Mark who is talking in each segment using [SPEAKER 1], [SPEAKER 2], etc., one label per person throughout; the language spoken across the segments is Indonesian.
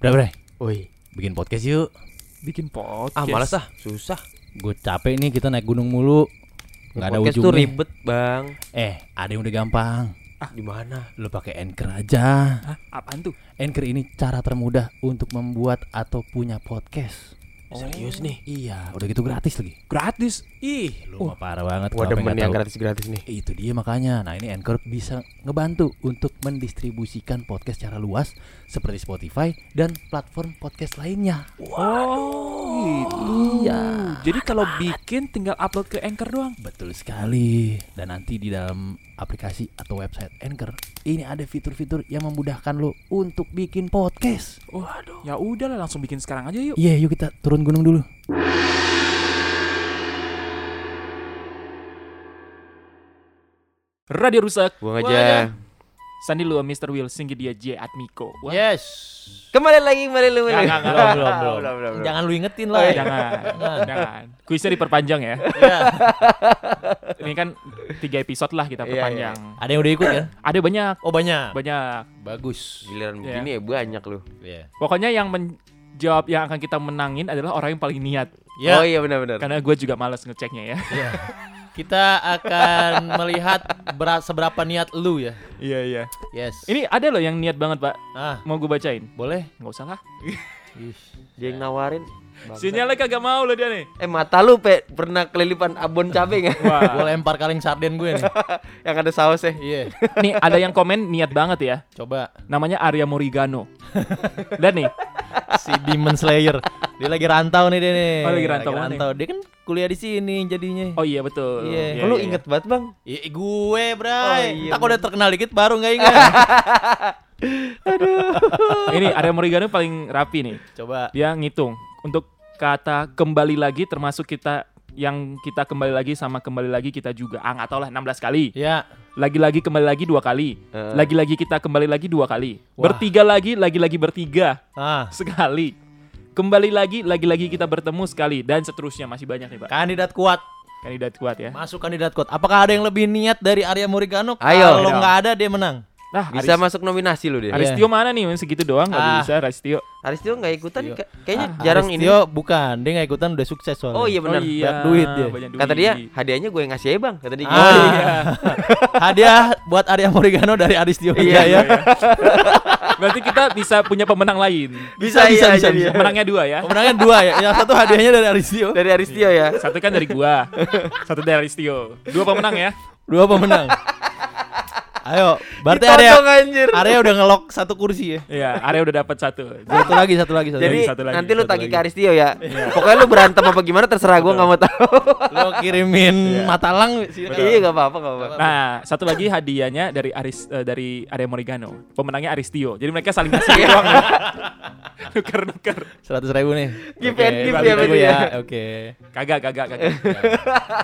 [SPEAKER 1] Udah bre,
[SPEAKER 2] Woi,
[SPEAKER 1] bikin podcast yuk
[SPEAKER 3] bikin podcast.
[SPEAKER 2] ah malas ah, susah.
[SPEAKER 1] Gue capek nih kita naik gunung mulu Gak ada
[SPEAKER 2] podcast tuh
[SPEAKER 1] ujungnya
[SPEAKER 2] ribet, Bang.
[SPEAKER 1] Eh ada yang udah gampang
[SPEAKER 2] Gimana?
[SPEAKER 1] Lo pakai Anchor aja
[SPEAKER 3] Hah, apaan tuh?
[SPEAKER 1] Anchor ini cara termudah untuk membuat atau punya podcast
[SPEAKER 2] Serius nih.
[SPEAKER 1] Iya udah gitu gratis lagi
[SPEAKER 3] Gratis.
[SPEAKER 1] Eh,
[SPEAKER 2] Ih,
[SPEAKER 1] Lu mah parah banget
[SPEAKER 2] gua
[SPEAKER 1] kenapa
[SPEAKER 2] demen
[SPEAKER 1] nggak
[SPEAKER 2] yang
[SPEAKER 1] tahu.
[SPEAKER 2] gratis-gratis nih.
[SPEAKER 1] Itu dia makanya. Nah, ini Anchor bisa ngebantu untuk mendistribusikan podcast secara luas seperti Spotify dan platform podcast lainnya.
[SPEAKER 3] Oh, gitu.
[SPEAKER 1] Iya.
[SPEAKER 3] Jadi kalau bikin tinggal upload ke Anchor doang.
[SPEAKER 1] Betul sekali. Dan nanti di dalam aplikasi atau website Anchor, ini ada fitur-fitur yang memudahkan lo untuk bikin podcast.
[SPEAKER 3] Waduh. Ya udahlah langsung bikin sekarang aja yuk.
[SPEAKER 1] Iya, yuk kita turun gunung dulu.
[SPEAKER 3] Radio rusak.
[SPEAKER 2] Buang aja.
[SPEAKER 3] Sandi lu Mr. Will singgi dia J Admiko. Wah,
[SPEAKER 4] Yes.
[SPEAKER 2] Kembali lagi, kembali lu.
[SPEAKER 3] Nggak, nggak, nggak,
[SPEAKER 4] belum, belum, belum.
[SPEAKER 2] belum, belum.
[SPEAKER 4] Jangan lu ingetin
[SPEAKER 3] Eh,
[SPEAKER 4] lah.
[SPEAKER 1] Iya.
[SPEAKER 3] jangan, jangan. Kuisnya diperpanjang ya.
[SPEAKER 4] Iya.
[SPEAKER 3] Ini kan tiga episode lah kita
[SPEAKER 2] Iya,
[SPEAKER 3] perpanjang.
[SPEAKER 4] Ada yang udah ikut
[SPEAKER 1] ya?
[SPEAKER 4] kan?
[SPEAKER 3] Ada banyak,
[SPEAKER 4] Oh banyak.
[SPEAKER 3] banyak.
[SPEAKER 4] Bagus.
[SPEAKER 2] Giliran begini ya banyak lu.
[SPEAKER 4] Iya.
[SPEAKER 3] Pokoknya yang menjawab yang akan kita menangin adalah orang yang paling niat.
[SPEAKER 4] Ya.
[SPEAKER 2] Oh iya benar-benar.
[SPEAKER 3] Karena gue juga males ngeceknya ya.
[SPEAKER 4] Iya. Kita akan melihat berat seberapa niat lu ya.
[SPEAKER 3] Iya iya.
[SPEAKER 4] Yes.
[SPEAKER 3] Ini ada loh yang niat banget pak.
[SPEAKER 4] ah
[SPEAKER 3] Mau gue bacain?
[SPEAKER 4] boleh.
[SPEAKER 3] Nggak usah lah.
[SPEAKER 2] Dia yang nawarin. Bangsa.
[SPEAKER 3] Sinyalnya kagak mau lo dia nih.
[SPEAKER 2] Eh mata lu pe, pernah kelilipan abon cabe nggak?
[SPEAKER 4] Gue
[SPEAKER 3] Wah.
[SPEAKER 4] lempar kaleng sarden gue nih.
[SPEAKER 2] yang ada ya. sausnya.
[SPEAKER 4] Iya.
[SPEAKER 3] nih ada yang komen niat banget ya.
[SPEAKER 4] Coba
[SPEAKER 3] Namanya Arya Morigano. Dan nih,
[SPEAKER 4] si Demon Slayer. Dia lagi rantau nih dia nih.
[SPEAKER 3] Oh, lagi rantau mana?
[SPEAKER 4] Dia kan kuliah di sini jadinya.
[SPEAKER 3] oh iya betul. Iya,
[SPEAKER 4] Iya.
[SPEAKER 2] lu
[SPEAKER 3] iya,
[SPEAKER 2] inget banget, Bang.
[SPEAKER 4] Iya, gue,
[SPEAKER 2] Oh,
[SPEAKER 4] Bray.
[SPEAKER 2] iya,
[SPEAKER 4] tak udah terkenal dikit baru nggak ingat.
[SPEAKER 3] iya. Ini Arya Morigano paling rapi nih.
[SPEAKER 4] Coba.
[SPEAKER 3] Dia ngitung untuk kata kembali lagi termasuk kita yang kita kembali lagi sama kembali lagi kita juga. Ah nggak tau lah 16 kali.
[SPEAKER 4] Ya.
[SPEAKER 3] Lagi-lagi kembali lagi dua kali.
[SPEAKER 2] Heeh.
[SPEAKER 3] Lagi-lagi kita kembali lagi dua kali.
[SPEAKER 4] Wah.
[SPEAKER 3] Bertiga lagi, lagi-lagi bertiga
[SPEAKER 4] Ah,
[SPEAKER 3] sekali. Kembali lagi, lagi-lagi kita bertemu sekali dan seterusnya masih banyak nih, Pak.
[SPEAKER 4] kandidat kuat.
[SPEAKER 3] Kandidat kuat ya.
[SPEAKER 4] Masuk kandidat kuat. Apakah ada yang lebih niat dari Arya Morigano?
[SPEAKER 2] Ayo.
[SPEAKER 4] Kalau
[SPEAKER 3] Ayo.
[SPEAKER 4] nggak ada dia menang.
[SPEAKER 3] Nah,
[SPEAKER 2] Bisa
[SPEAKER 3] Aris-
[SPEAKER 2] masuk nominasi lu dia.
[SPEAKER 4] Aris-
[SPEAKER 3] Aristio mana nih? Segitu doang nggak
[SPEAKER 4] Ah.
[SPEAKER 3] bisa Aristio.
[SPEAKER 2] Aristio nggak ikutan,
[SPEAKER 4] Aristio.
[SPEAKER 2] Ka- kayaknya
[SPEAKER 4] Ah,
[SPEAKER 2] jarang ini.
[SPEAKER 4] Aristio bukan, dia nggak ikutan udah sukses soalnya.
[SPEAKER 2] Oh iya benar.
[SPEAKER 4] banyak duit dia.
[SPEAKER 3] banyak duit.
[SPEAKER 2] Kata dia hadiahnya gue yang ngasih aja, Bang. Kata dia.
[SPEAKER 4] Ah.
[SPEAKER 2] gitu.
[SPEAKER 4] Hadiah buat Arya Morigano dari Aristio
[SPEAKER 2] Iya,
[SPEAKER 4] ya. Wijaya.
[SPEAKER 2] iya,
[SPEAKER 3] Berarti kita bisa punya pemenang lain.
[SPEAKER 2] Bisa
[SPEAKER 4] Bisa,
[SPEAKER 2] iya,
[SPEAKER 4] bisa,
[SPEAKER 2] jadi
[SPEAKER 4] bisa.
[SPEAKER 2] ya.
[SPEAKER 3] Pemenangnya dua ya.
[SPEAKER 4] Pemenangnya dua ya. Yang satu hadiahnya dari Aristio.
[SPEAKER 2] Dari Aristio ya.
[SPEAKER 3] Satu kan dari gua, satu dari Aristio. Dua pemenang ya.
[SPEAKER 4] Dua pemenang. Ayo, berarti ya? Arya
[SPEAKER 2] Ditodong, anjir.
[SPEAKER 4] Arya udah ngelok satu kursi ya.
[SPEAKER 3] Iya, Arya udah dapat satu.
[SPEAKER 4] Satu lagi, satu lagi, satu
[SPEAKER 2] Jadi
[SPEAKER 4] lagi.
[SPEAKER 3] satu lagi,
[SPEAKER 2] nanti lu
[SPEAKER 3] satu
[SPEAKER 2] tagih
[SPEAKER 3] lagi.
[SPEAKER 2] ke Aristio ya. Pokoknya lu berantem apa gimana terserah gua nggak mau tahu.
[SPEAKER 4] Lo kirimin matalang
[SPEAKER 2] Iya nggak apa-apa nggak apa-apa.
[SPEAKER 3] Nah, satu lagi hadiahnya dari Aris eh, dari Arya Morigano. Pemenangnya Aristio. Jadi mereka saling kasih doang. ya. Nuker-nuker.
[SPEAKER 4] seratus ribu nih.
[SPEAKER 2] Give
[SPEAKER 4] Oke,
[SPEAKER 2] and give
[SPEAKER 4] berarti
[SPEAKER 2] ya,
[SPEAKER 4] tunggu
[SPEAKER 2] berarti ya.
[SPEAKER 4] Oke.
[SPEAKER 3] Kagak, kagak, kagak.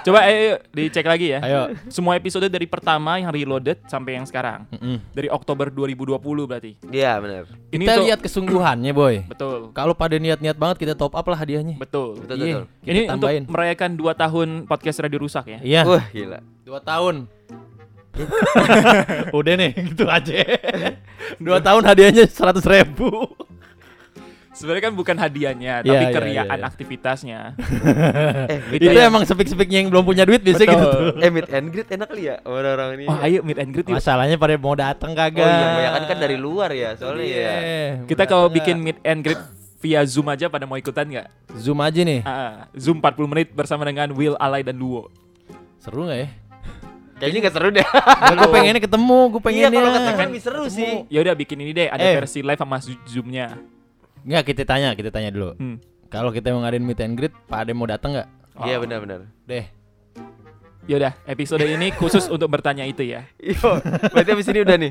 [SPEAKER 3] Coba ayo, yuk, dicek lagi ya.
[SPEAKER 4] Ayo.
[SPEAKER 3] Semua episode dari pertama yang reloaded sampai yang sekarang.
[SPEAKER 4] Mm-mm.
[SPEAKER 3] Dari Oktober 2020 berarti.
[SPEAKER 2] Iya benar.
[SPEAKER 3] Ini
[SPEAKER 4] Hmm. Kita
[SPEAKER 3] tuh-
[SPEAKER 4] lihat kesungguhannya, boy.
[SPEAKER 3] betul.
[SPEAKER 4] Kalau pada niat-niat banget kita top up lah hadiahnya.
[SPEAKER 3] Betul.
[SPEAKER 2] Betul
[SPEAKER 4] Iya.
[SPEAKER 2] betul.
[SPEAKER 4] Kita
[SPEAKER 3] Ini
[SPEAKER 4] tambahin.
[SPEAKER 3] untuk merayakan 2 tahun podcast Radio Rusak ya.
[SPEAKER 4] Iya.
[SPEAKER 2] Wah gila.
[SPEAKER 4] Dua tahun. Udah nih, gitu aja. Dua tahun hadiahnya seratus ribu.
[SPEAKER 3] Sebenarnya kan bukan hadiahnya,
[SPEAKER 4] Iya,
[SPEAKER 3] tapi
[SPEAKER 4] iya,
[SPEAKER 3] keriaan
[SPEAKER 4] iya, iya.
[SPEAKER 3] aktivitasnya.
[SPEAKER 2] Eh meet
[SPEAKER 4] Itu
[SPEAKER 2] and-
[SPEAKER 4] emang sepik-sepiknya yang belum punya duit biasanya
[SPEAKER 3] Betul.
[SPEAKER 4] gitu tuh.
[SPEAKER 2] eh meet and greet enak kali ya orang-orang
[SPEAKER 4] Iya.
[SPEAKER 2] ini.
[SPEAKER 3] Wah, Oh, ayo meet and greet yuk.
[SPEAKER 4] Masalahnya pada mau datang
[SPEAKER 2] Oh
[SPEAKER 4] kagak.
[SPEAKER 2] iya, kebanyakan kan dari luar ya soalnya
[SPEAKER 4] Iya,
[SPEAKER 2] ya.
[SPEAKER 3] Kita
[SPEAKER 4] mau
[SPEAKER 3] kalau
[SPEAKER 4] datang
[SPEAKER 3] bikin
[SPEAKER 4] nggak?
[SPEAKER 3] meet and greet via Zoom aja pada mau ikutan nggak?
[SPEAKER 4] zoom aja nih,
[SPEAKER 3] Ah, Zoom 40 menit bersama dengan Will, Alay, dan Luo.
[SPEAKER 4] seru nggak ya?
[SPEAKER 2] Kayaknya nggak seru deh.
[SPEAKER 4] gue pengennya ketemu, gue pengennya.
[SPEAKER 2] Iya kalau ketemu lebih seru sih.
[SPEAKER 3] Ya udah bikin ini deh, ada
[SPEAKER 4] Eh.
[SPEAKER 3] versi live sama Zo- Zoom-nya.
[SPEAKER 4] Nggak kita tanya, kita tanya dulu.
[SPEAKER 3] Hmm.
[SPEAKER 4] Kalau kita mau ngadain meet and greet, Pak Ade mau datang nggak?
[SPEAKER 2] Iya benar-benar.
[SPEAKER 4] Deh.
[SPEAKER 3] Ya udah, episode ini khusus untuk bertanya itu ya.
[SPEAKER 2] Iya. Berarti abis ini udah nih.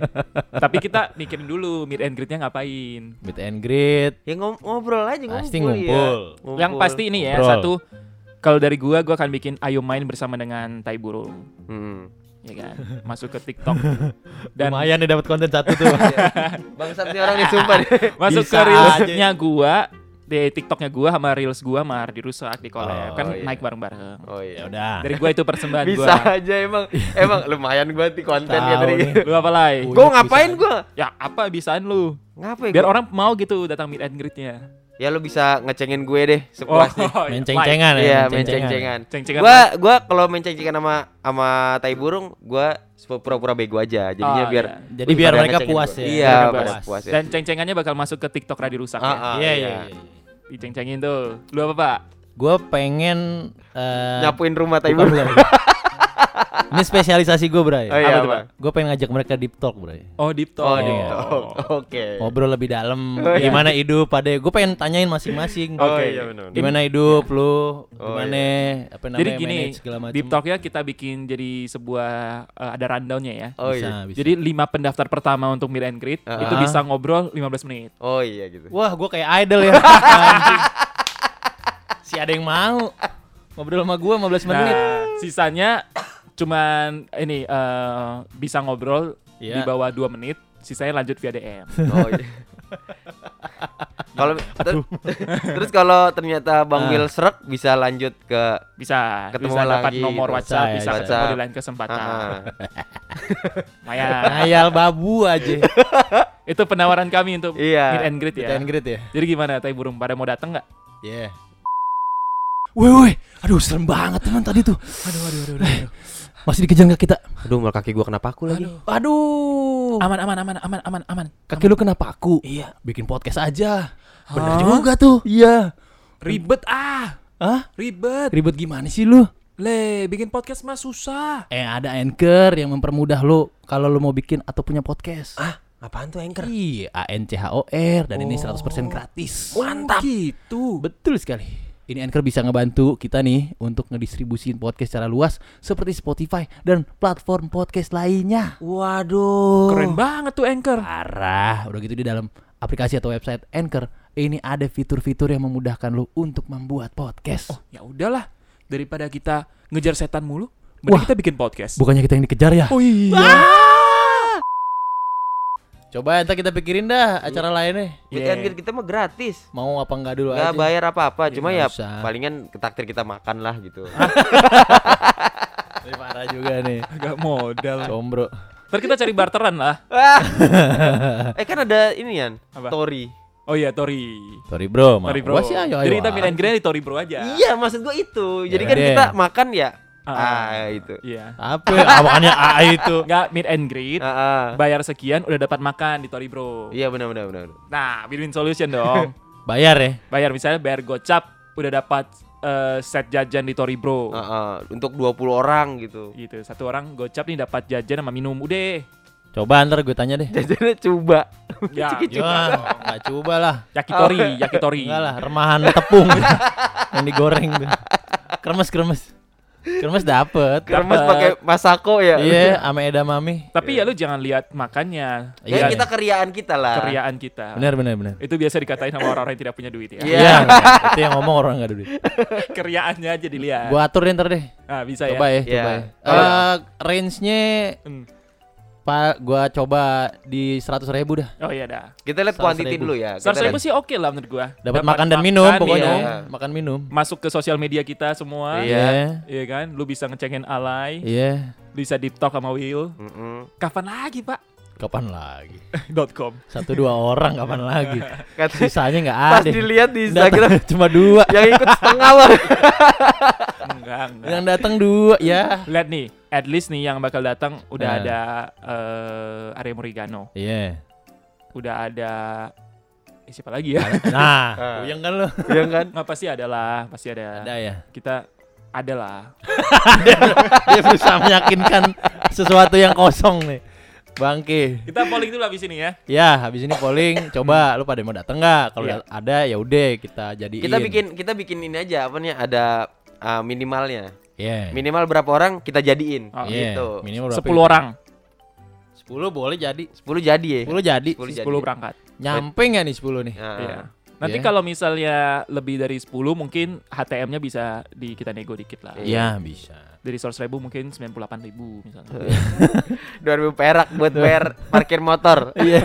[SPEAKER 3] Tapi kita mikirin dulu meet and greet-nya ngapain.
[SPEAKER 4] Meet and greet.
[SPEAKER 2] Ya ngom- ngobrol aja ngumpul.
[SPEAKER 4] Pasti
[SPEAKER 2] ya.
[SPEAKER 4] ngumpul.
[SPEAKER 2] Ngumpul.
[SPEAKER 3] Yang pasti ini ya,
[SPEAKER 4] Ngobrol.
[SPEAKER 3] satu kalau dari gua gua akan bikin ayo main bersama dengan tai burung,
[SPEAKER 2] Hmm.
[SPEAKER 3] ya kan? Masuk ke TikTok dan
[SPEAKER 4] Lumayan
[SPEAKER 2] Iya.
[SPEAKER 4] nih dapat konten satu tuh.
[SPEAKER 2] Bangsat nih orang nih sumpah. deh.
[SPEAKER 3] masuk
[SPEAKER 4] Bisa
[SPEAKER 3] ke reelsnya gua di TikToknya gua sama reels gua sama Ardi Rusak di
[SPEAKER 2] Oh,
[SPEAKER 3] collab kan
[SPEAKER 2] iya.
[SPEAKER 3] naik bareng-bareng.
[SPEAKER 2] Oh
[SPEAKER 4] Ya
[SPEAKER 2] iya.
[SPEAKER 4] udah.
[SPEAKER 3] Dari gua itu persembahan
[SPEAKER 2] Bisa
[SPEAKER 3] Kan gua.
[SPEAKER 2] aja emang emang lumayan gue di kontennya
[SPEAKER 4] Tahu
[SPEAKER 2] dari
[SPEAKER 4] nih.
[SPEAKER 2] gitu.
[SPEAKER 3] Lu apa lay?
[SPEAKER 4] Gua-
[SPEAKER 2] Gue ngapain gue?
[SPEAKER 3] Ya apa bisaan lu?
[SPEAKER 2] Ngapain?
[SPEAKER 3] Biar
[SPEAKER 2] gua?
[SPEAKER 3] orang mau gitu datang meet and greet-nya.
[SPEAKER 2] Ya lu bisa ngecengin gue deh sepuasnya.
[SPEAKER 4] Main
[SPEAKER 3] like.
[SPEAKER 4] ceng-cengan ya,
[SPEAKER 2] Iya,
[SPEAKER 4] main ceng-cengan.
[SPEAKER 2] menceng-cengan.
[SPEAKER 3] Ceng-cengan.
[SPEAKER 2] Gua gua kalau menceng-cengan sama sama tai burung, gua pura-pura bego aja. Jadinya
[SPEAKER 3] Oh,
[SPEAKER 2] biar
[SPEAKER 3] iya.
[SPEAKER 4] Jadi biar
[SPEAKER 2] pada
[SPEAKER 4] mereka
[SPEAKER 2] ngecengin
[SPEAKER 4] puas
[SPEAKER 2] gua.
[SPEAKER 4] ya.
[SPEAKER 2] Iya,
[SPEAKER 3] Mereka
[SPEAKER 2] pada
[SPEAKER 3] puas.
[SPEAKER 2] puas ya.
[SPEAKER 3] Dan ceng-cengannya bakal masuk ke TikTok Radi Rusak
[SPEAKER 2] Ah,
[SPEAKER 3] ya.
[SPEAKER 2] ah,
[SPEAKER 4] Iya, iya, iya.
[SPEAKER 3] Diceng-cengin tuh. Lu apa, Pak?
[SPEAKER 4] Gue pengen eh,
[SPEAKER 2] iya. Nyapuin rumah tai
[SPEAKER 4] bukan,
[SPEAKER 2] burung.
[SPEAKER 4] bukan. Ini spesialisasi gue, Bray.
[SPEAKER 2] Oh iya,
[SPEAKER 3] Apa tuh,
[SPEAKER 2] Bang.
[SPEAKER 4] Gue pengen ngajak mereka deep talk, Bray.
[SPEAKER 3] Oh, Deep Talk.
[SPEAKER 2] Oh,
[SPEAKER 4] Iya.
[SPEAKER 2] di- oh, Oke.
[SPEAKER 4] Ngobrol lebih dalam,
[SPEAKER 2] Oh, iya.
[SPEAKER 4] gimana hidup pada gue pengen tanyain masing-masing.
[SPEAKER 2] Oh, iya, benar-benar.
[SPEAKER 4] Gimana hidup
[SPEAKER 2] Oh,
[SPEAKER 4] lu? Gimana apa namanya
[SPEAKER 3] Jadi gini,
[SPEAKER 4] manage segala macam.
[SPEAKER 3] Deep Talk ya kita bikin jadi sebuah eh, ada rundown-nya ya.
[SPEAKER 2] Oh iya.
[SPEAKER 4] Bisa, bisa.
[SPEAKER 3] Jadi lima pendaftar pertama untuk meet and greet
[SPEAKER 2] Ah.
[SPEAKER 3] itu bisa ngobrol 15 menit.
[SPEAKER 2] Oh iya gitu.
[SPEAKER 4] Wah, gue kayak idol ya. Anjing. si ada yang mau ngobrol sama gue 15 menit.
[SPEAKER 3] Nah, sisanya cuman ini eh, bisa ngobrol
[SPEAKER 4] Iya.
[SPEAKER 3] Nah, di bawah 2 menit, sisanya lanjut via DM.
[SPEAKER 2] Oh iya. Kalau ter- terus kalau ternyata Bang
[SPEAKER 4] Ah.
[SPEAKER 2] Will serak bisa lanjut ke
[SPEAKER 3] Bisa
[SPEAKER 2] Ketemu
[SPEAKER 3] bisa dapat
[SPEAKER 2] lagi,
[SPEAKER 3] nomor
[SPEAKER 2] gitu.
[SPEAKER 3] WhatsApp,
[SPEAKER 4] Bisa,
[SPEAKER 3] bisa
[SPEAKER 4] ya,
[SPEAKER 3] ketemu
[SPEAKER 2] WhatsApp.
[SPEAKER 3] di lain kesempatan.
[SPEAKER 2] Ah, ah.
[SPEAKER 3] Maya,
[SPEAKER 4] Ngayal babu aja.
[SPEAKER 3] itu penawaran kami untuk
[SPEAKER 2] Iya.
[SPEAKER 3] meet and greet ya.
[SPEAKER 4] Kita great ya.
[SPEAKER 3] Jadi gimana tai burung pada mau datang nggak?
[SPEAKER 4] Iya.
[SPEAKER 1] Woi woi, aduh serem banget teman tadi tuh.
[SPEAKER 3] Aduh, aduh, aduh, aduh.
[SPEAKER 1] Masih dikejar nggak kita?
[SPEAKER 2] Aduh, mal kaki gua kenapa aku lagi?
[SPEAKER 1] Aduh,
[SPEAKER 3] Aman aman aman aman aman aman.
[SPEAKER 1] kaki lu kenapa aku? Iya, bikin podcast aja. Bener juga tuh. Iya.
[SPEAKER 3] Ribet ah,
[SPEAKER 1] Hah?
[SPEAKER 3] ribet.
[SPEAKER 1] Ribet gimana sih lu?
[SPEAKER 3] Le, bikin podcast mah susah.
[SPEAKER 1] Eh ada anchor yang mempermudah lu kalau lu mau bikin atau punya podcast.
[SPEAKER 2] Ah, apaan tuh anchor?
[SPEAKER 1] Iya, A N C H O R dan ini 100% gratis.
[SPEAKER 3] Oh. Mantap. gitu.
[SPEAKER 1] Betul sekali. Ini Anchor bisa ngebantu kita nih untuk ngedistribusin podcast secara luas seperti Spotify dan platform podcast lainnya.
[SPEAKER 2] Waduh.
[SPEAKER 3] Keren banget tuh Anchor.
[SPEAKER 4] Ah,
[SPEAKER 1] Parah, udah gitu di dalam aplikasi atau website Anchor ini ada fitur-fitur yang memudahkan lu untuk membuat podcast.
[SPEAKER 3] Ya udahlah, daripada kita ngejar setan mulu, mending
[SPEAKER 1] Wah.
[SPEAKER 3] kita bikin podcast.
[SPEAKER 1] Bukannya kita yang dikejar ya?
[SPEAKER 3] oh iya.
[SPEAKER 2] Ah.
[SPEAKER 4] Coba entar kita pikirin dah acara lainnya.
[SPEAKER 2] Meet
[SPEAKER 3] Yeah.
[SPEAKER 2] and greet kita mah gratis.
[SPEAKER 4] Mau apa enggak dulu
[SPEAKER 2] Gak
[SPEAKER 4] aja.
[SPEAKER 2] bayar apa-apa, cuma ya
[SPEAKER 4] nggak usah.
[SPEAKER 2] palingan ketakdir kita makan lah gitu.
[SPEAKER 4] Tapi parah juga nih.
[SPEAKER 3] Agak modal.
[SPEAKER 4] Combro.
[SPEAKER 3] Ntar kita cari barteran lah.
[SPEAKER 2] eh kan ada ini Yan,
[SPEAKER 3] Apa?
[SPEAKER 2] Tori.
[SPEAKER 3] Oh iya, Tori.
[SPEAKER 4] Sorry bro,
[SPEAKER 3] Tori
[SPEAKER 4] maaf.
[SPEAKER 3] Bro.
[SPEAKER 4] Gua sih ayo ayo.
[SPEAKER 3] Jadi kita
[SPEAKER 4] ah.
[SPEAKER 3] meet and greet di Tori Bro aja.
[SPEAKER 2] Iya, maksud gua itu. Jadi kan
[SPEAKER 4] deh.
[SPEAKER 2] kita makan ya.
[SPEAKER 3] Ah.
[SPEAKER 2] Ah, itu.
[SPEAKER 3] Iya.
[SPEAKER 4] Apa? ya? Awakannya AA itu.
[SPEAKER 3] Enggak meet and greet,
[SPEAKER 2] Ah, ah.
[SPEAKER 3] bayar sekian udah dapat makan di Tori Bro.
[SPEAKER 2] Iya benar benar benar.
[SPEAKER 3] Nah, win-win solution dong.
[SPEAKER 4] Bayar ya.
[SPEAKER 3] bayar misalnya bayar gocap udah dapat eh, set jajan di Tori Bro.
[SPEAKER 2] Ah, ah. Untuk 20 orang gitu.
[SPEAKER 3] Gitu. Satu orang gocap nih dapat jajan sama minum. Udah.
[SPEAKER 4] Coba ntar gue tanya deh.
[SPEAKER 2] Jajannya coba.
[SPEAKER 3] Ya,
[SPEAKER 4] Ya, nggak coba lah.
[SPEAKER 2] Ah.
[SPEAKER 3] yakitori, yakitori.
[SPEAKER 4] Enggak lah, remahan tepung yang digoreng tuh. Kremes kremes. Kremes dapet.
[SPEAKER 2] Kremes pakai masako ya.
[SPEAKER 4] Iya, ame edamame.
[SPEAKER 3] Tapi ya lu jangan lihat makannya.
[SPEAKER 2] Ya
[SPEAKER 4] Iya.
[SPEAKER 3] lihat
[SPEAKER 2] kita keriaan kita lah.
[SPEAKER 3] keriaan kita.
[SPEAKER 4] Benar benar benar.
[SPEAKER 3] Itu biasa dikatain sama orang-orang yang tidak punya duit ya.
[SPEAKER 2] Iya.
[SPEAKER 4] Iya, itu yang ngomong orang enggak duit.
[SPEAKER 3] Keriaannya aja dilihat.
[SPEAKER 4] Gua atur deh ntar deh.
[SPEAKER 3] Nah, bisa
[SPEAKER 4] Coba
[SPEAKER 3] ya.
[SPEAKER 2] Iya.
[SPEAKER 4] ya, coba ya.
[SPEAKER 2] Iya.
[SPEAKER 4] Eh, range-nya
[SPEAKER 3] Hmm.
[SPEAKER 4] Pak, gua coba di 100 ribu dah.
[SPEAKER 3] Oh iya dah.
[SPEAKER 2] Kita lihat kuantiti
[SPEAKER 4] 100.000.
[SPEAKER 2] dulu ya.
[SPEAKER 3] Seratus
[SPEAKER 2] Kita
[SPEAKER 3] ribu
[SPEAKER 2] lihat.
[SPEAKER 3] sih oke lah menurut gua.
[SPEAKER 4] Dapat makan dan minum
[SPEAKER 3] makan,
[SPEAKER 4] pokoknya.
[SPEAKER 3] minum.
[SPEAKER 2] iya.
[SPEAKER 4] Makan minum.
[SPEAKER 3] Masuk ke sosial media kita semua.
[SPEAKER 2] Iya.
[SPEAKER 3] Iya kan? Lu bisa ngecengin Alay,
[SPEAKER 4] Iya.
[SPEAKER 3] lu bisa deep talk sama Will.
[SPEAKER 2] Mm-mm.
[SPEAKER 3] Kapan lagi, Pak?
[SPEAKER 4] Kapan lagi?
[SPEAKER 3] Dot .com.
[SPEAKER 4] Satu dua orang kapan lagi?
[SPEAKER 2] Kata-
[SPEAKER 4] Sisanya nggak
[SPEAKER 2] Kan Pas
[SPEAKER 4] ada.
[SPEAKER 2] dilihat di Instagram
[SPEAKER 4] Datang cuma dua.
[SPEAKER 2] yang ikut setengah lah.
[SPEAKER 3] Enggak, enggak.
[SPEAKER 4] Yang datang dua ya.
[SPEAKER 3] Lihat nih, at least nih yang bakal datang udah
[SPEAKER 4] Nah.
[SPEAKER 3] ada eh Arya Morigano,
[SPEAKER 4] Iya.
[SPEAKER 3] udah ada eh, siapa lagi ya?
[SPEAKER 4] Nah,
[SPEAKER 2] Ah.
[SPEAKER 4] yang kan lu.
[SPEAKER 2] Iya kan?
[SPEAKER 3] Nggak pasti ada lah, pasti ada.
[SPEAKER 4] Ada ya.
[SPEAKER 3] Kita ada lah.
[SPEAKER 4] Dia berusaha meyakinkan sesuatu yang kosong nih. Bangke.
[SPEAKER 3] Kita polling dulu habis ini ya.
[SPEAKER 4] Ya, habis ini polling coba lu pada mau datang nggak? Kalau
[SPEAKER 3] Iya.
[SPEAKER 4] ada ya udah kita jadiin.
[SPEAKER 2] Kita bikin kita bikin ini aja apa nih ada uh, minimalnya.
[SPEAKER 4] Iya.
[SPEAKER 2] Minimal berapa orang kita jadiin
[SPEAKER 3] Oh,
[SPEAKER 4] Iya,
[SPEAKER 2] gitu.
[SPEAKER 4] Minimal berapa?
[SPEAKER 3] 10 orang,
[SPEAKER 4] 10 boleh jadi.
[SPEAKER 2] 10 jadi ya.
[SPEAKER 4] 10 jadi.
[SPEAKER 2] 10
[SPEAKER 3] 10
[SPEAKER 2] jadi.
[SPEAKER 3] berangkat.
[SPEAKER 4] Nyampe nggak nih 10 nih?
[SPEAKER 2] Nah,
[SPEAKER 3] Iya. Nanti
[SPEAKER 4] Iya.
[SPEAKER 3] kalau misalnya lebih dari 10 mungkin HTM-nya bisa di kita nego dikit lah.
[SPEAKER 4] Iya, bisa.
[SPEAKER 3] Dari 100 ribu mungkin 98 ribu misalnya.
[SPEAKER 2] 2000 perak buat bayar parkir motor.
[SPEAKER 4] Iya.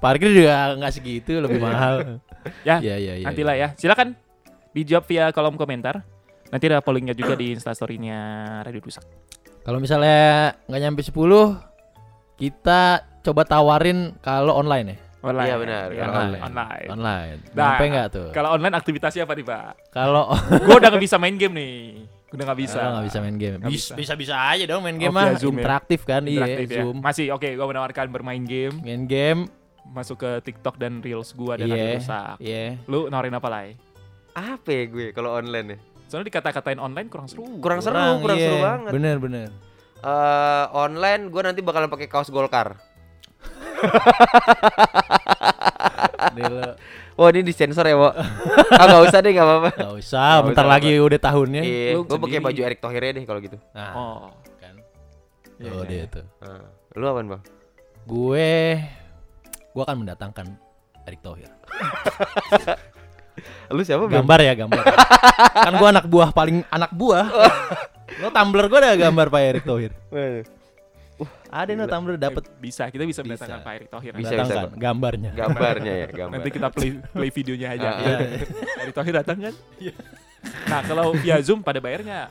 [SPEAKER 4] Parkir juga nggak segitu, lebih mahal.
[SPEAKER 3] Ya,
[SPEAKER 4] Iya, iya, iya.
[SPEAKER 3] nantilah ya. Silakan dijawab via kolom komentar. Nanti ada pollingnya juga di instastorynya Radio Dusak.
[SPEAKER 4] Kalau misalnya nggak nyampe 10, kita coba tawarin kalau online ya.
[SPEAKER 3] Online.
[SPEAKER 2] Iya, benar.
[SPEAKER 3] Ya,
[SPEAKER 2] Kalau
[SPEAKER 3] online.
[SPEAKER 4] online.
[SPEAKER 3] online.
[SPEAKER 4] Online.
[SPEAKER 3] Nah,
[SPEAKER 4] nyampe nggak tuh?
[SPEAKER 3] Kalau online aktivitasnya apa nih, Pak?
[SPEAKER 4] Kalau
[SPEAKER 3] Gue udah gak bisa main game nih. Udah gak bisa.
[SPEAKER 4] nggak bisa main game.
[SPEAKER 3] Nggak bisa.
[SPEAKER 4] bisa aja dong main
[SPEAKER 3] Oh, via Zoom ya.
[SPEAKER 4] interaktif kan,
[SPEAKER 3] Interaktif
[SPEAKER 4] iya
[SPEAKER 3] ya.
[SPEAKER 4] Zoom.
[SPEAKER 3] Masih oke, gua menawarkan bermain game,
[SPEAKER 4] Main game,
[SPEAKER 3] masuk ke TikTok dan Reels gua dan Radio
[SPEAKER 4] iya.
[SPEAKER 3] Rusak.
[SPEAKER 4] Iya.
[SPEAKER 3] Lu nawarin apa lah?
[SPEAKER 2] Apa ya gue kalau online ya?
[SPEAKER 3] Soalnya dikata-katain online kurang seru.
[SPEAKER 2] Kurang seru,
[SPEAKER 4] Kurang,
[SPEAKER 2] kurang seru
[SPEAKER 4] iya.
[SPEAKER 2] banget.
[SPEAKER 4] Bener, bener.
[SPEAKER 2] Eh, online gue nanti bakalan pakai kaos Golkar.
[SPEAKER 4] Dilo.
[SPEAKER 2] Wah ini disensor ya, Wo. ah nggak usah deh, nggak apa-apa.
[SPEAKER 4] Gak usah,
[SPEAKER 2] Nggak
[SPEAKER 4] bentar
[SPEAKER 2] usah,
[SPEAKER 4] lagi udah tahunnya.
[SPEAKER 2] Iya,
[SPEAKER 3] Lu
[SPEAKER 2] gue pakai
[SPEAKER 3] sendiri.
[SPEAKER 2] baju Erick Thohir ya deh kalau gitu.
[SPEAKER 4] Nah,
[SPEAKER 3] Oh.
[SPEAKER 4] kan.
[SPEAKER 3] Iya,
[SPEAKER 4] Oh,
[SPEAKER 3] iya,
[SPEAKER 4] dia
[SPEAKER 3] iya.
[SPEAKER 4] tuh.
[SPEAKER 2] Ah, lu apaan bang?
[SPEAKER 4] Gue gue akan mendatangkan Erick Thohir.
[SPEAKER 2] Lu siapa bang?
[SPEAKER 4] Gambar ya, gambar. kan gue anak buah paling anak buah.
[SPEAKER 2] Oh.
[SPEAKER 4] Lo tumbler gue ada gambar Pak Erick Thohir. Ada
[SPEAKER 2] Gila.
[SPEAKER 4] no tumbler dapat
[SPEAKER 3] eh, Bisa, kita bisa
[SPEAKER 4] Bisa.
[SPEAKER 3] mendatangkan Pak Erick Thohir. kan?
[SPEAKER 2] Bisa, bisa,
[SPEAKER 4] mendatangkan
[SPEAKER 2] Pak.
[SPEAKER 4] gambarnya.
[SPEAKER 2] Gambarnya ya, gambar.
[SPEAKER 3] Nanti kita play play videonya aja.
[SPEAKER 2] Ah,
[SPEAKER 3] Iya. Erick Thohir datang kan? Nah, kalau via Zoom pada bayarnya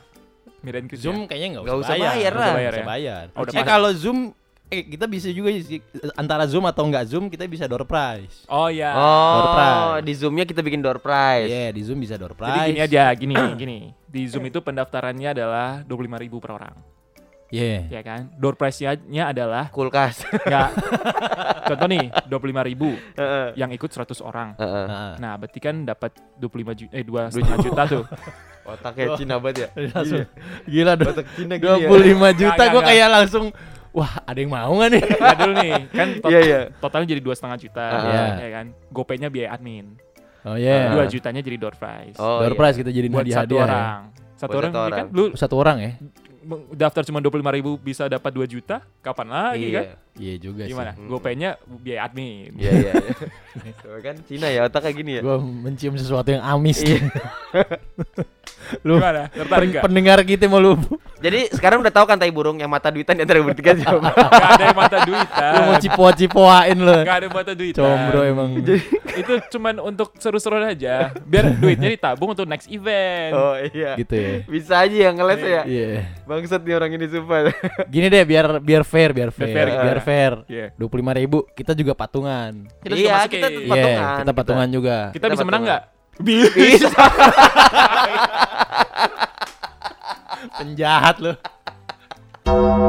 [SPEAKER 3] Miren Kus
[SPEAKER 4] Zoom kayaknya nggak
[SPEAKER 2] Nggak usah
[SPEAKER 4] usah,
[SPEAKER 2] bayar
[SPEAKER 4] Nggak usah
[SPEAKER 3] lah.
[SPEAKER 4] bayar.
[SPEAKER 3] Nggak usah
[SPEAKER 4] ya.
[SPEAKER 3] Oh, Iya. udah
[SPEAKER 4] Eh,
[SPEAKER 3] pasti.
[SPEAKER 4] kalau Zoom eh, kita bisa juga sih, antara Zoom atau nggak Zoom kita bisa door prize.
[SPEAKER 3] Oh ya.
[SPEAKER 2] Oh,
[SPEAKER 4] prize.
[SPEAKER 2] di zoomnya kita bikin door prize.
[SPEAKER 4] Iya, di Zoom bisa door prize.
[SPEAKER 3] Jadi gini aja, gini, gini. Di Zoom itu pendaftarannya adalah 25.000 per orang,
[SPEAKER 4] Iya.
[SPEAKER 3] ya kan? Door prize-nya adalah
[SPEAKER 2] Kulkas.
[SPEAKER 3] enggak contoh nih 25.000
[SPEAKER 2] Heeh.
[SPEAKER 3] yang ikut 100 orang.
[SPEAKER 2] Heeh.
[SPEAKER 4] Nah,
[SPEAKER 3] Nah, berarti kan dapat 25 juta eh 2,5 juta tuh.
[SPEAKER 2] Otaknya Cina banget ya.
[SPEAKER 4] Iya, langsung gila dong.
[SPEAKER 2] Otak Cina
[SPEAKER 4] Dua
[SPEAKER 2] gini ya.
[SPEAKER 4] juta
[SPEAKER 3] Iya. Nggak,
[SPEAKER 4] gue
[SPEAKER 3] nggak,
[SPEAKER 4] kayak langsung wah ada yang mau nggak nih?
[SPEAKER 3] Ya dulu nih, kan tot-
[SPEAKER 2] Iya, iya.
[SPEAKER 3] totalnya jadi 2,5 juta,
[SPEAKER 2] Ah,
[SPEAKER 4] iya.
[SPEAKER 3] ya kan? Gopaynya biaya admin.
[SPEAKER 4] Oh
[SPEAKER 2] Ah.
[SPEAKER 3] 2 jutanya jadi door prize.
[SPEAKER 2] Oh,
[SPEAKER 4] door
[SPEAKER 2] iya.
[SPEAKER 4] prize kita jadiin
[SPEAKER 3] buat
[SPEAKER 4] hadiah ya.
[SPEAKER 3] satu
[SPEAKER 4] hadiah.
[SPEAKER 3] orang. Satu
[SPEAKER 2] Buat
[SPEAKER 3] orang,
[SPEAKER 2] satu
[SPEAKER 3] ya kan?
[SPEAKER 2] orang.
[SPEAKER 3] Lu
[SPEAKER 4] Satu orang ya?
[SPEAKER 3] meng- daftar cuma 25.000 bisa dapat 2 juta, kapan lagi
[SPEAKER 2] Iya.
[SPEAKER 3] kan?
[SPEAKER 4] Iya juga
[SPEAKER 3] Gimana?
[SPEAKER 2] Hmm.
[SPEAKER 3] Gopaynya biaya admin.
[SPEAKER 2] Iya, iya. iya. Coba kan Cina ya otaknya gini ya.
[SPEAKER 4] Gue
[SPEAKER 3] Iya.
[SPEAKER 4] mencium sesuatu yang amis.
[SPEAKER 2] Iya.
[SPEAKER 4] Lu
[SPEAKER 3] Gimana? Tertarik
[SPEAKER 4] Pen-
[SPEAKER 3] gak?
[SPEAKER 4] pendengar kita mau lu
[SPEAKER 2] Jadi sekarang udah tahu kan tai burung yang mata duitan di antara bertiga siapa?
[SPEAKER 3] Gak ada yang mata duitan.
[SPEAKER 4] lu mau cipoa-cipoain lu.
[SPEAKER 3] Gak ada mata duitan.
[SPEAKER 4] Combro ya. emang.
[SPEAKER 3] Itu cuman untuk seru-seruan aja. Biar duitnya ditabung untuk next event.
[SPEAKER 2] Oh iya.
[SPEAKER 4] gitu ya.
[SPEAKER 2] Bisa aja ya ngeles ya.
[SPEAKER 4] Iya.
[SPEAKER 2] Bangsat nih orang ini sumpah.
[SPEAKER 4] Gini deh biar biar fair, biar fair,
[SPEAKER 3] fair,
[SPEAKER 4] biar
[SPEAKER 3] gimana?
[SPEAKER 4] fair.
[SPEAKER 3] Iya.
[SPEAKER 4] 25.000 ribu kita juga patungan.
[SPEAKER 3] Kita juga
[SPEAKER 2] iya,
[SPEAKER 3] masukin.
[SPEAKER 2] kita
[SPEAKER 4] Iya,
[SPEAKER 2] tetap patungan.
[SPEAKER 4] kita patungan juga.
[SPEAKER 3] Kita,
[SPEAKER 2] Kita Iya.
[SPEAKER 3] bisa menang
[SPEAKER 2] patungan.
[SPEAKER 3] gak? Bisa.
[SPEAKER 2] Bisa.
[SPEAKER 4] Penjahat lu.